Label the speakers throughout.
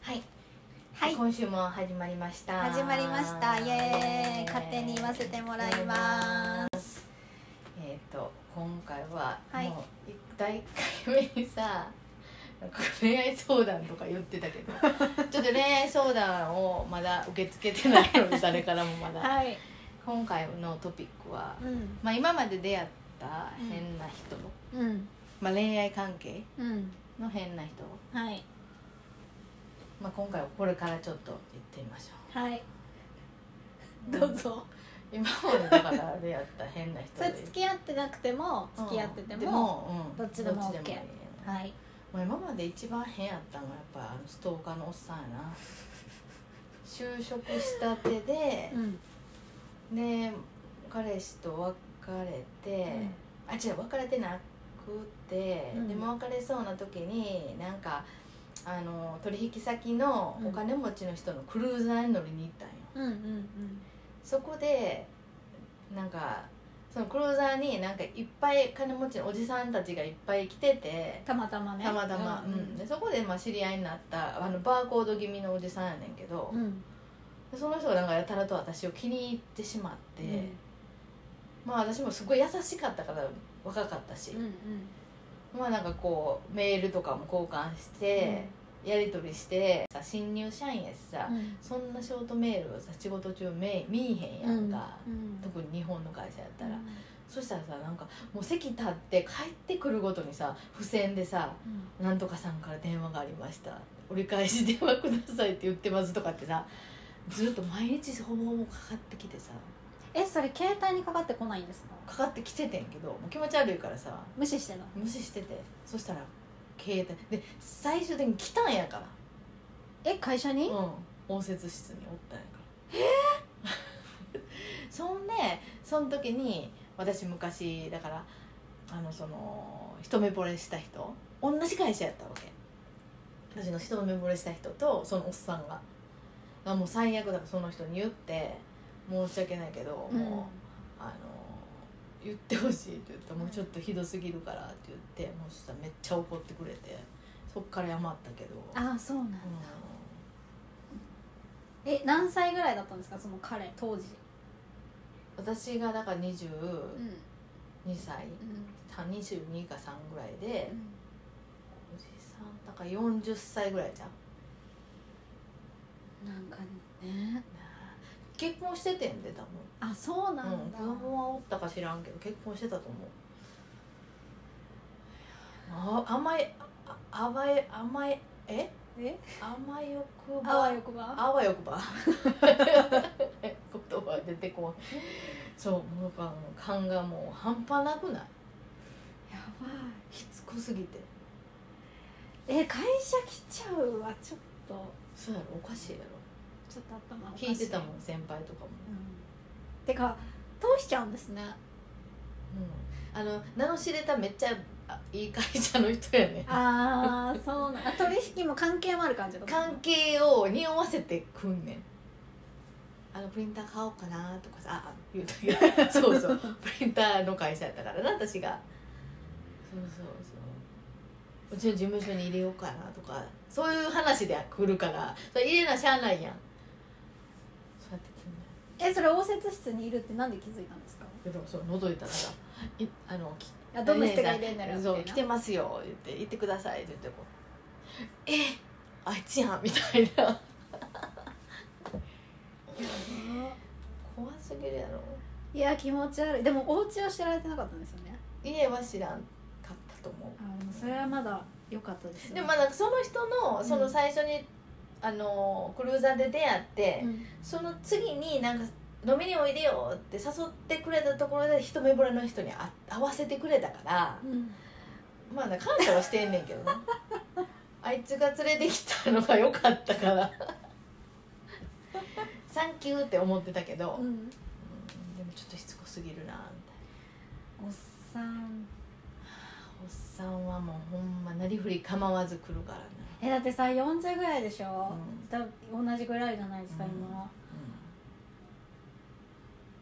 Speaker 1: はい、
Speaker 2: はい
Speaker 1: 今週も始まりました
Speaker 2: 始まりましたイエーイ勝手に言わせてもらいます
Speaker 1: えっ、と今回は、
Speaker 2: はい
Speaker 1: もう第1回目にさなんか恋愛相談とか言ってたけ どちょっと恋愛相談をまだ受け付けてないので誰からもまだ
Speaker 2: はい
Speaker 1: 今回のトピックは、
Speaker 2: うん
Speaker 1: まあ、今まで出会った変な人、
Speaker 2: うん
Speaker 1: まあ、恋愛関係
Speaker 2: うん
Speaker 1: の変な人、
Speaker 2: はい
Speaker 1: まあ、今回はこれからちょっと言ってみましょ
Speaker 2: はい、
Speaker 1: う
Speaker 2: どうぞ
Speaker 1: 今までだから出会った変な人
Speaker 2: それ付き合ってなくても
Speaker 1: うん
Speaker 2: 付き合ってて
Speaker 1: で
Speaker 2: も、
Speaker 1: うん
Speaker 2: どっちでも OK
Speaker 1: どっちいいよ
Speaker 2: はい
Speaker 1: まあ、今まで一番変やったのはやっぱあのストーカーのおっさんやな就職したてで
Speaker 2: う、ん
Speaker 1: で彼氏と別れて、あ違う別れてなくて、
Speaker 2: うん
Speaker 1: でも別れそうな時になんかあの取引先のお金持ちの人のクルーザーに乗りに行ったんよ、
Speaker 2: うんうん
Speaker 1: そこでなんかそのクルーザーになんかいっぱい金持ちのおじさんたちがいっぱい来てて
Speaker 2: たまたまね
Speaker 1: たまたま、
Speaker 2: う
Speaker 1: うんんでそこでまあ知り合いになったあのバーコード気味のおじさんやねんけど、
Speaker 2: うんうん
Speaker 1: でその人がなんかやたらと私を気に入ってしまって、
Speaker 2: うん
Speaker 1: まあ私もすごい優しかったから若かったし、
Speaker 2: うん
Speaker 1: まあなんかこうメールとかも交換して、やり取りしてさ新入社員やしさ、
Speaker 2: うん
Speaker 1: そんなショートメールをさ仕事中め見いへんやんか、
Speaker 2: うん
Speaker 1: 特に日本の会社やったら、そしたらさなんかもう席立って帰ってくるごとにさ付箋でさ
Speaker 2: うん
Speaker 1: 「なんとかさんから電話がありました折り返し電話ください」って言ってますとかってさずっと毎日ほぼほぼかかってきてさ
Speaker 2: えそれ携帯にかかってこないんですか
Speaker 1: かかってきててんけどもう気持ち悪いからさ
Speaker 2: 無視してんの
Speaker 1: 無視しててそしたら携帯で最終的に来たんやから
Speaker 2: え会社に
Speaker 1: うん応接室におったんやからえそんでその時に私昔だからあのその一目惚れした人同じ会社やったわけ私の一目惚れした人とそのおっさんがあもう最悪だからその人に言って申し訳ないけど、
Speaker 2: うん
Speaker 1: もうあの言ってほしいって言ったもうちょっとひどすぎるからって言ってもうそしたらめっちゃ怒ってくれてそっから謝ったけど
Speaker 2: ああそうなんだ
Speaker 1: うん
Speaker 2: え何歳ぐらいだったんですかその彼当時
Speaker 1: 私がだから22
Speaker 2: うん
Speaker 1: 歳
Speaker 2: うん
Speaker 1: た22か3ぐらいでおじさんだから40歳ぐらいじゃん
Speaker 2: なんかね
Speaker 1: 結婚しててんで多
Speaker 2: あそうな
Speaker 1: 分うんん
Speaker 2: だ、
Speaker 1: 子供はおったか知らんけど結婚してたと思うあ甘いあ甘い甘いえ
Speaker 2: え
Speaker 1: 甘い欲
Speaker 2: あわ
Speaker 1: ば
Speaker 2: よくば
Speaker 1: あわよくば 言葉出てこんそうもうなんかもう感がもう半端なくない
Speaker 2: やば
Speaker 1: しつこすぎて
Speaker 2: いえ会社来ちゃうわちょっと
Speaker 1: そうやろおかしいやろ
Speaker 2: ちょっと頭おかし
Speaker 1: 聞いてたもん先輩とかも、
Speaker 2: うんてか通しちゃうんですね
Speaker 1: あの名の知れためっちゃあいい会社の人やね
Speaker 2: あ あそうなんあ取引も関係もある感じだった
Speaker 1: 関係を匂わせてくんねんあのプリンター買おうかなとかさああ言うたけ どそうそうプリンターの会社やったからな私がそうそうそううちの事務所に入れようかなとかそういう話で来るからそれ入れなしゃあないやんそうやってつんだ
Speaker 2: えそれ応接室にいるってなんで気づいたんですか
Speaker 1: けどそう覗いたらさいあのき
Speaker 2: あどんな人がいるんだろうみた
Speaker 1: そう
Speaker 2: い
Speaker 1: 来
Speaker 2: な
Speaker 1: てますよ言って行ってくださいって言ってこうえあいつやんみたい な怖すぎるやろ
Speaker 2: いや気持ち悪いでもお家を知られてなかったんですよね
Speaker 1: 家は知らんかったと思
Speaker 2: あーでもそれはまだ良かったですね
Speaker 1: うでもまあなんかその人のその
Speaker 2: うん
Speaker 1: 最初に、あのクルーザーで出会って、
Speaker 2: うん
Speaker 1: その次になんか飲みにおいでよって誘ってくれたところで一目惚れの人にあ会わせてくれたから
Speaker 2: うん
Speaker 1: まあね感謝はしてんねんけど ねあいつが連れてきたのが良かった からサンキューって思ってたけど、
Speaker 2: う
Speaker 1: うん
Speaker 2: ん
Speaker 1: でもちょっとしつこすぎるなみたい
Speaker 2: おっさん
Speaker 1: なおっさんはもうほんまなりふり構わず来るからね、
Speaker 2: えだってさ40ぐらいでし
Speaker 1: うん
Speaker 2: ょ、だ同じぐらいじゃないですか、
Speaker 1: うん
Speaker 2: 今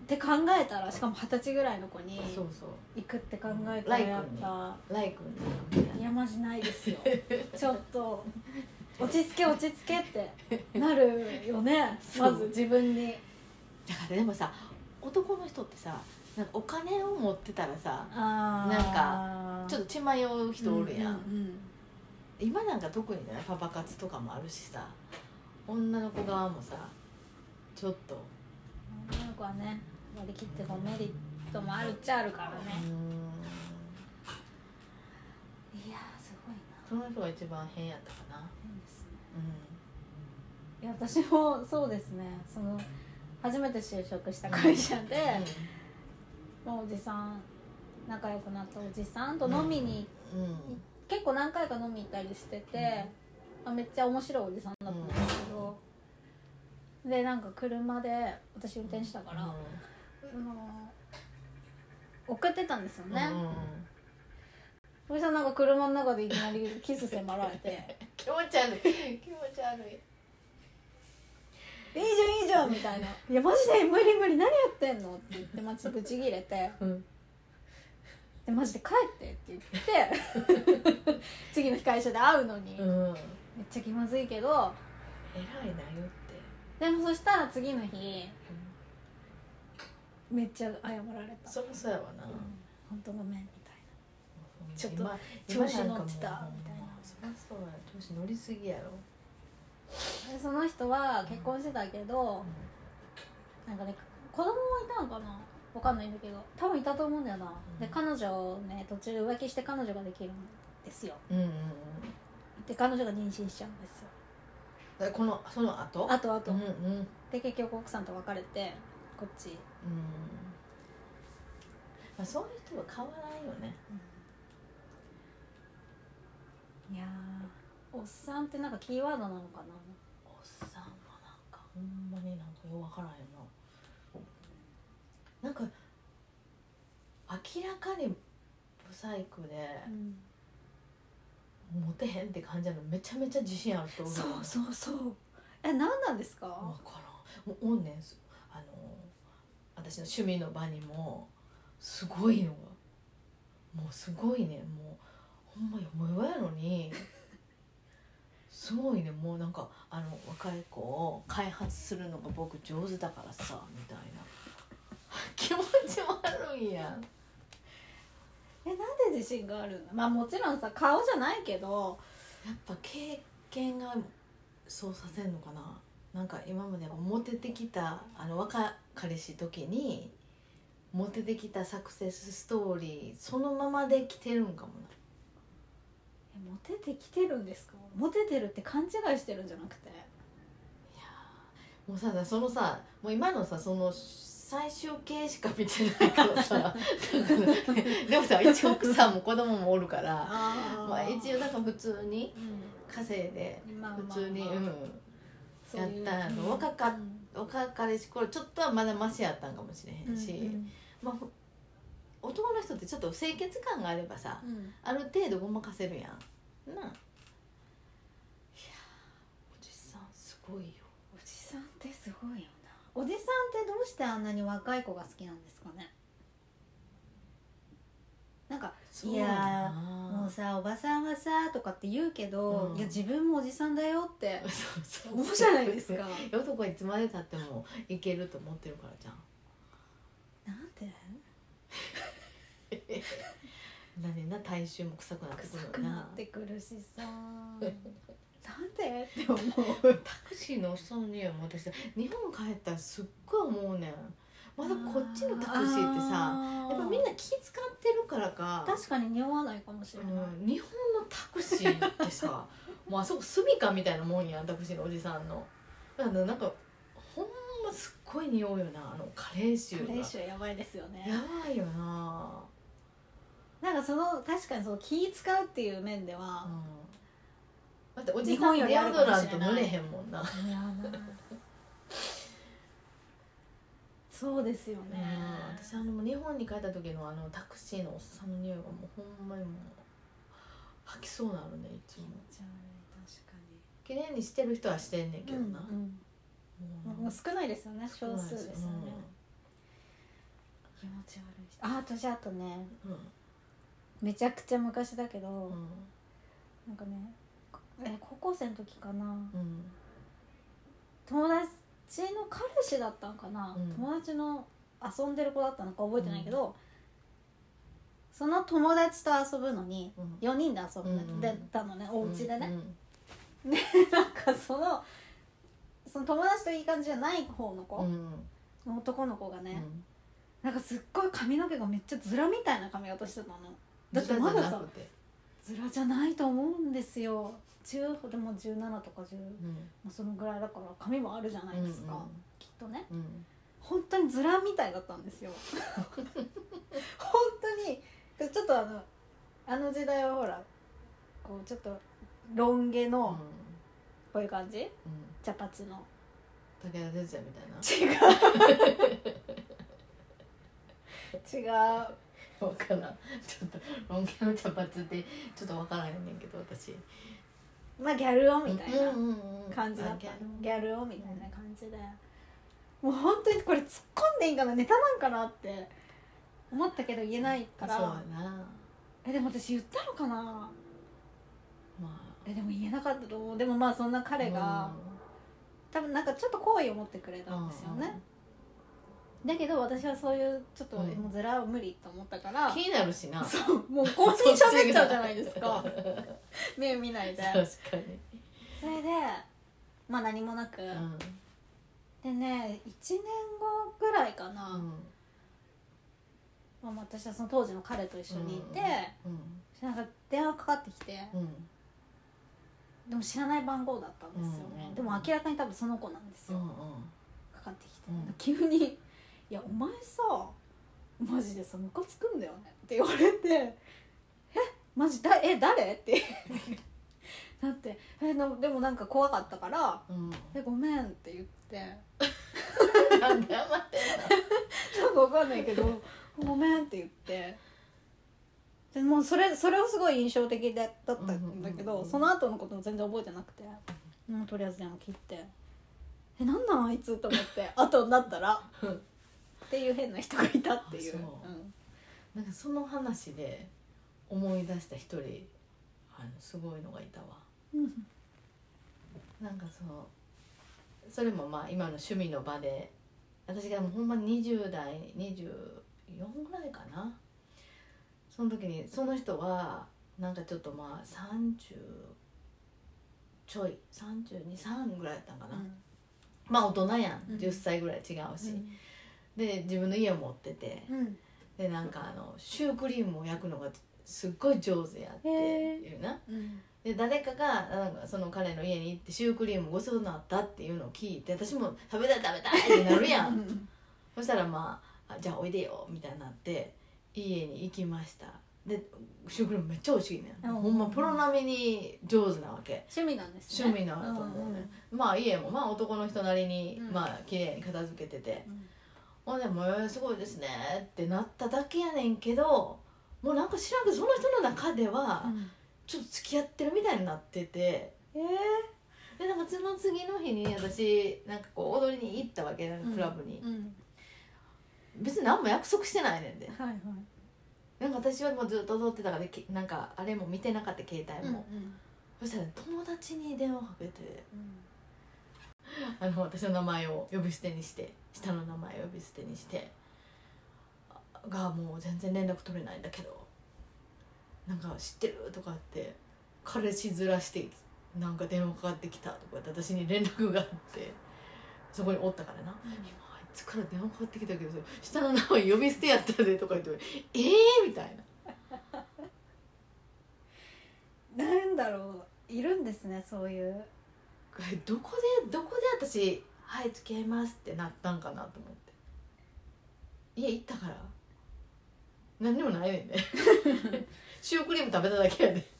Speaker 2: って考えたらしかも二十歳ぐらいの子に
Speaker 1: そうそう
Speaker 2: 行くって考えたらやっぱ
Speaker 1: ライクになるか
Speaker 2: い
Speaker 1: もね
Speaker 2: やマジないです よちょっと落ち着け落ち着けってなるよね
Speaker 1: そ
Speaker 2: ま
Speaker 1: う
Speaker 2: ず自分に
Speaker 1: だからでもさ男の人ってさなんかお金を持ってたらさ
Speaker 2: あー
Speaker 1: なんちょっと血迷う人おるやん、
Speaker 2: うんうんうん
Speaker 1: 今なんか特にねパパ活とかもあるしさ女の子側もさちょっと
Speaker 2: 女の子はね割り切ってこうメリットもあるっちゃあるから
Speaker 1: うー
Speaker 2: ね
Speaker 1: ん
Speaker 2: いやーすごいな
Speaker 1: その人が一番変やったかな
Speaker 2: 変ですね
Speaker 1: う
Speaker 2: いや私もそうですねその初めて就職した会社で、
Speaker 1: ん
Speaker 2: もうおじさん仲良くなったおじさんと飲みに、
Speaker 1: うんうん
Speaker 2: 結構何回か飲み行ったりしてて、まあめっちゃ面白いおじさんだったんですけど、でなんか車で私運転したから、あの送ってたんですよね、
Speaker 1: うんうん
Speaker 2: おじさんなんか車の中でいきなりキス迫られて「
Speaker 1: 気持ち悪い気持ち悪い
Speaker 2: いいじゃんいいじゃん」みたいな「いやマジで無理無理何やってんの?」って言 ってマジブチギレて
Speaker 1: うん
Speaker 2: 「でマジで帰って」って言って 次の日会社で会うのに、
Speaker 1: 偉
Speaker 2: め
Speaker 1: い
Speaker 2: っ
Speaker 1: な
Speaker 2: ちゃ気まずいけど
Speaker 1: よっ
Speaker 2: でもそしたら次の日
Speaker 1: て
Speaker 2: めっちゃ謝られた
Speaker 1: そもそうやわな
Speaker 2: 本当ごめんみたいちょっと
Speaker 1: 今
Speaker 2: 調子乗ってたみたいな
Speaker 1: そりゃそうや調子乗りすぎやろ
Speaker 2: なでその人は結婚してたけどなんかね子供もいたのかなわかんないんだけど多分いたと思うんだよなで彼女をね途中で浮気して彼女ができるんですよ
Speaker 1: うんうんうん
Speaker 2: で彼女が妊娠しちゃうんですよ
Speaker 1: だからこのその後
Speaker 2: あとあと、
Speaker 1: うんうん
Speaker 2: で結局奥さんと別れてこっち、
Speaker 1: うんまあ、そういう人は変わらないよね
Speaker 2: いやーおっさんってなんかキーワードなのかな
Speaker 1: おっさんはなんかほんまになんかようわからへんななんか明らかにブサイクでモテへんって感じなのめちゃめちゃ自信ある人おる
Speaker 2: そう
Speaker 1: う
Speaker 2: そうそうえ何なんですか
Speaker 1: 分からんもうおんねんすあの私の趣味の場にもすごいのがもうすごいねもうほんまよもややのにすごいねもうなんかあの若い子を開発するのが僕上手だからさみたいな 気持ち悪いやん
Speaker 2: えなんで自信があるのまあもちろんさ顔じゃないけど
Speaker 1: やっぱ経験がそうさせんのかななんか今までモテてきたあの若彼氏時にモテてきたサクセスストーリーそのままで来てるんかもな
Speaker 2: えモテてきてるんですかモテてるって勘違いしてるんじゃなくて
Speaker 1: いやーもうさそのさもう今のさその最終形しか見てないからさ でもさ一応奥さんも子供もおるから
Speaker 2: あ
Speaker 1: まあ、一応なんか普通に稼いで
Speaker 2: うん、まあまあ、
Speaker 1: 普通に、
Speaker 2: まあ
Speaker 1: うん
Speaker 2: そういう
Speaker 1: やったの
Speaker 2: うん
Speaker 1: 若かっ若彼氏頃ちょっとはまだマシやったんかもしれへんし、
Speaker 2: うん
Speaker 1: まあ、ほ男の人ってちょっと清潔感があればさ
Speaker 2: うんうん
Speaker 1: ある程度ごまかせるやんなあいやーおじさんすごいよ
Speaker 2: おじさんってすごいよなおじさんってどうしてあんなに若い子が好きなんですかねなんか
Speaker 1: そう
Speaker 2: いやーも
Speaker 1: な
Speaker 2: うさおばさんはさとかって言うけど、
Speaker 1: うん
Speaker 2: いや自分もおじさんだよ って
Speaker 1: あそうそう
Speaker 2: 思うじゃないです か
Speaker 1: 男はいつまでたってもいけると思ってるからじゃん
Speaker 2: なんで
Speaker 1: なんでな体臭も臭くなってく
Speaker 2: 臭
Speaker 1: るよ
Speaker 2: くなってくるし さなんでって思う
Speaker 1: タクシーのおっさんの匂いも私日本帰ったらすっごい思うねんまだこっちのタクシーってさ
Speaker 2: あー
Speaker 1: やっぱみんな気使ってるからか
Speaker 2: 確かに匂わないかもしれない、
Speaker 1: うん、日本のタクシーって さもうあそこ住みかみたいなもんやんタクシーのおじさんのだからなんかほんますっごい匂うよなあのカレー臭が
Speaker 2: カレー臭やばいですよね
Speaker 1: やばいよな、
Speaker 2: なんかその確かにその気使うっていう面では
Speaker 1: うん、、だっておじさん
Speaker 2: 日本より
Speaker 1: デ
Speaker 2: あ
Speaker 1: オ
Speaker 2: る
Speaker 1: ド
Speaker 2: かも
Speaker 1: ラ
Speaker 2: し
Speaker 1: ン
Speaker 2: れない
Speaker 1: ト塗れへんもんな、
Speaker 2: いやーそうですよね
Speaker 1: うん、、私あの日本に帰った時のあのタクシーのおっさんの匂いがもうほんまにもう吐きそうなるねいつ
Speaker 2: 気
Speaker 1: も
Speaker 2: 持ち悪い
Speaker 1: 綺麗にしてる人はしてんねんけど
Speaker 2: 確か
Speaker 1: な、
Speaker 2: に、うんうん、
Speaker 1: もう
Speaker 2: もう少ないですよね少数ですよね、
Speaker 1: うん
Speaker 2: 気持ち悪い人ああとじゃああとね
Speaker 1: う
Speaker 2: めちゃくちゃ昔だけど、
Speaker 1: んうん
Speaker 2: なんかねこえ高校生の時かな
Speaker 1: うん
Speaker 2: 友達の彼氏だったんかな、
Speaker 1: うん
Speaker 2: 友達の遊んでる子だったのか覚えてないけど、その友達と遊ぶのに
Speaker 1: うん
Speaker 2: 4人で遊ぶんだ
Speaker 1: うん
Speaker 2: でたのねお家でね、
Speaker 1: うん
Speaker 2: なんかそのその友達といい感じじゃない方の
Speaker 1: う
Speaker 2: 子、
Speaker 1: ん
Speaker 2: の男の子が
Speaker 1: う
Speaker 2: ね、
Speaker 1: ん
Speaker 2: なんかすっごい髪の毛がめっちゃズラみたいな髪型してたのだって
Speaker 1: ズラ
Speaker 2: ま
Speaker 1: じゃ
Speaker 2: だ
Speaker 1: な
Speaker 2: さ
Speaker 1: くて
Speaker 2: ズラじゃないと思うんですよ10でも17とか10
Speaker 1: うん
Speaker 2: まあそのぐらいだから髪もあるじゃないですか、きっとね
Speaker 1: うんうん
Speaker 2: 本当にズラみたいだったんです よ本当にちょっとあのあの時代はほらこうちょっとロン毛
Speaker 1: うん
Speaker 2: のこういう感じ、
Speaker 1: うん
Speaker 2: 茶髪の
Speaker 1: 武田鉄矢みたいな
Speaker 2: 違う違う
Speaker 1: 分からんちょっとロン毛の茶髪でちょっと分からへんねんけど私
Speaker 2: まあギャル男みたいな
Speaker 1: うんうんうん
Speaker 2: 感じだった
Speaker 1: あギャル
Speaker 2: ギャル男みたいな感じでもう本当にこれ突っ込んでいいんかなネタなんかなって思ったけど言えないか
Speaker 1: そうや
Speaker 2: ら
Speaker 1: な
Speaker 2: えでも私言ったのかな
Speaker 1: まあ
Speaker 2: えでも言えなかったと思うでもまあそんな彼が、多分なんかちょっと好意を持ってくれたんですよね、だけど私はそういうちょっと
Speaker 1: うん
Speaker 2: もうずらは無理と思ったか
Speaker 1: うん
Speaker 2: ら、
Speaker 1: 気になるしな
Speaker 2: そうもうこんなに喋っちゃうじゃないです か目見ないで
Speaker 1: 確かに
Speaker 2: それでまあ何もなく、
Speaker 1: うん
Speaker 2: でね1年後ぐらいかな、
Speaker 1: うん
Speaker 2: まあ、私はその当時の彼と一緒にいて、
Speaker 1: うん
Speaker 2: なんか電話かかってきて、
Speaker 1: うん
Speaker 2: でも知らない番号だったんですよね、
Speaker 1: うん
Speaker 2: でも明らかに多分その子なんです
Speaker 1: う
Speaker 2: よ、
Speaker 1: んうん
Speaker 2: かかってきて、
Speaker 1: うん
Speaker 2: 急に「いやお前さマジでさムカつくんだよね」って言われて「えマジだえ誰?」って だってえなでもなんか怖かったから
Speaker 1: うん
Speaker 2: 「えごめん」って言って
Speaker 1: なんで謝って
Speaker 2: なんかわかんないけど「ごめん」って言ってでもうそれそれをすごい印象的だだったんだけど、
Speaker 1: うんうんうんうん
Speaker 2: その後のことも全然覚えてなくてもうとりあえず電話切って「えなんなんあいつ」と思って後になったら
Speaker 1: うん
Speaker 2: っていう変な人がいたっていう
Speaker 1: あそ
Speaker 2: うん
Speaker 1: なんかその話で思い出した一人あのすごいのがいたわ
Speaker 2: うん
Speaker 1: なんかそのそれもまあ今の趣味の場で私がもうほんまに20代24ぐらいかなその時にその人はなんかちょっとまあ30ちょい323ぐらいだったんかな、まあ大人やん、
Speaker 2: うん
Speaker 1: 10歳ぐらい違うし、で自分の家を持ってて
Speaker 2: うん
Speaker 1: でなんかあのシュークリームを焼くのがすっごい上手やっていうな
Speaker 2: うん
Speaker 1: で誰かがなんかその彼の家に行ってシュークリームごちそうになったっていうのを聞いて私も食べたい食べたいってなるや
Speaker 2: うんん
Speaker 1: そしたらまああじゃあおいでよみたいになって家に行きましたでシュークリームめっちゃ美味しいね、
Speaker 2: うん
Speaker 1: ほんまプロ並みに上手なわけ
Speaker 2: 趣味なんですね
Speaker 1: 趣味のあると思うね、まあ家もまあ男の人なりに、
Speaker 2: うん
Speaker 1: まあ綺麗に片付けてて
Speaker 2: うんうん
Speaker 1: あでもえーすごいですねってなっただけやねんけどもうなんか知らんけどその人の中では
Speaker 2: うん
Speaker 1: ちょっと付き合ってるみたいになってて
Speaker 2: えー
Speaker 1: でなんかその次の日に私なんかこう踊りに行ったわけなんかクラブに、
Speaker 2: うん
Speaker 1: 別に何も約束してないねんで
Speaker 2: はいはい
Speaker 1: なんか私はもうずっと踊ってたからけなんかあれも見てなかった携帯も、
Speaker 2: うん
Speaker 1: そしたら友達に電話かけて
Speaker 2: うん
Speaker 1: あの私の名前を呼び捨てにして下の名前を呼び捨てにしてあがもう全然連絡取れないんだけどなんか知ってるとかって彼氏ずらしてなんか電話かかってきたとかって私に連絡があってそこにおったからな「今あいつから電話かかってきたけど下の名前呼び捨てやったで」とか言って「ええー!」みたいな
Speaker 2: なんだろういるんですねそういう
Speaker 1: これ どこでどこで私「はい付き合います」ってなったんかなと思って家行ったから何にもないね んねシュークリーム食べただけやで、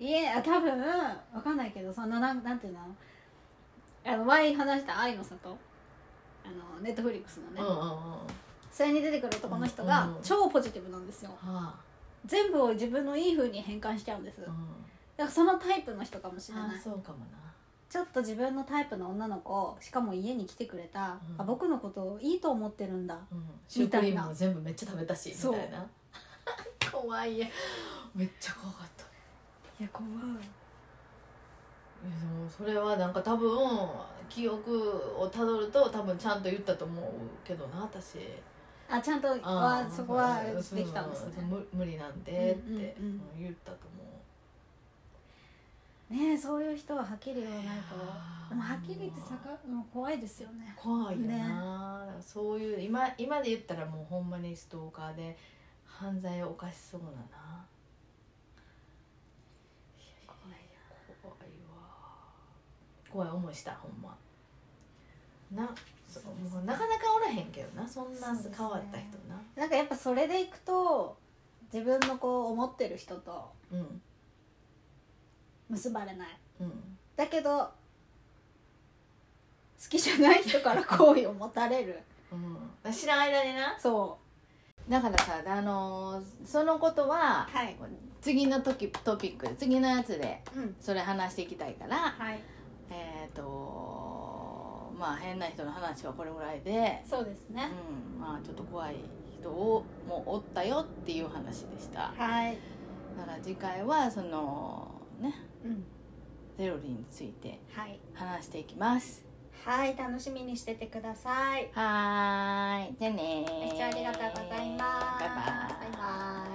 Speaker 2: いや多分わかんないけどそのなんなんていうのあの前話した「愛の里」あのネットフリックスのね、
Speaker 1: うんうんうんは
Speaker 2: それに出てくる男の人
Speaker 1: う
Speaker 2: が
Speaker 1: んうん
Speaker 2: 超ポジティブなんですよ、
Speaker 1: あ、
Speaker 2: 全部を自分のいい風に変換しちゃうんです、
Speaker 1: う
Speaker 2: だか
Speaker 1: ん、
Speaker 2: らそのタイプの人かもしれ
Speaker 1: あ
Speaker 2: な
Speaker 1: あ
Speaker 2: い
Speaker 1: そうかもな
Speaker 2: ちょっと自分のタイプの女の子しかも家に来てくれた、
Speaker 1: うん
Speaker 2: あ僕のことをいいと思ってるんだ
Speaker 1: うん、シュークリー
Speaker 2: みたい
Speaker 1: ムも
Speaker 2: な
Speaker 1: 全部めっちゃ食べたし
Speaker 2: そう
Speaker 1: みたいな 怖いやめっちゃ怖かった
Speaker 2: いや怖い
Speaker 1: えでもそれはなんか多分記憶をたどると多分ちゃんと言ったと思うけどな私
Speaker 2: あちゃんとは
Speaker 1: ー
Speaker 2: そこは
Speaker 1: そう
Speaker 2: できたんですね
Speaker 1: そう無無理なんでって
Speaker 2: うんうん
Speaker 1: うん言ったと思う
Speaker 2: ねえそういう人ははっきり言わないと
Speaker 1: あー
Speaker 2: でもはっきり言ってさかもう怖いですよね
Speaker 1: 怖いよな、だからそういう今今で言ったらもうほんまにストーカーで犯罪を犯しそうだな
Speaker 2: 怖い
Speaker 1: 怖いわ怖い思いしたほんまなそう
Speaker 2: そうですね
Speaker 1: もうなかなかおらへんけどなそんな
Speaker 2: そうですね
Speaker 1: 変わった人な
Speaker 2: なんかやっぱそれでいくと自分のこう思ってる人と
Speaker 1: うん
Speaker 2: 結ばれない
Speaker 1: うん
Speaker 2: だけど好きじゃない人から 好意を持たれる
Speaker 1: うん、知らん間にな
Speaker 2: そ
Speaker 1: だからさ、あのーそのことは
Speaker 2: うはい
Speaker 1: 次の時トピック次のやつで
Speaker 2: うん
Speaker 1: それ話していきたいから、
Speaker 2: はい
Speaker 1: えっ、ー、とまあ変な人の話はこれぐらいで、
Speaker 2: そうですね
Speaker 1: うん、まあちょっと怖い人をもうおったよっていう話でした
Speaker 2: はい
Speaker 1: だから次回はそのね
Speaker 2: うん
Speaker 1: セロリについて
Speaker 2: はい
Speaker 1: 話していきます
Speaker 2: はい楽しみにしててください
Speaker 1: はーいじゃあねー
Speaker 2: ご視聴ありがとうございます
Speaker 1: バイバイ
Speaker 2: バイバイ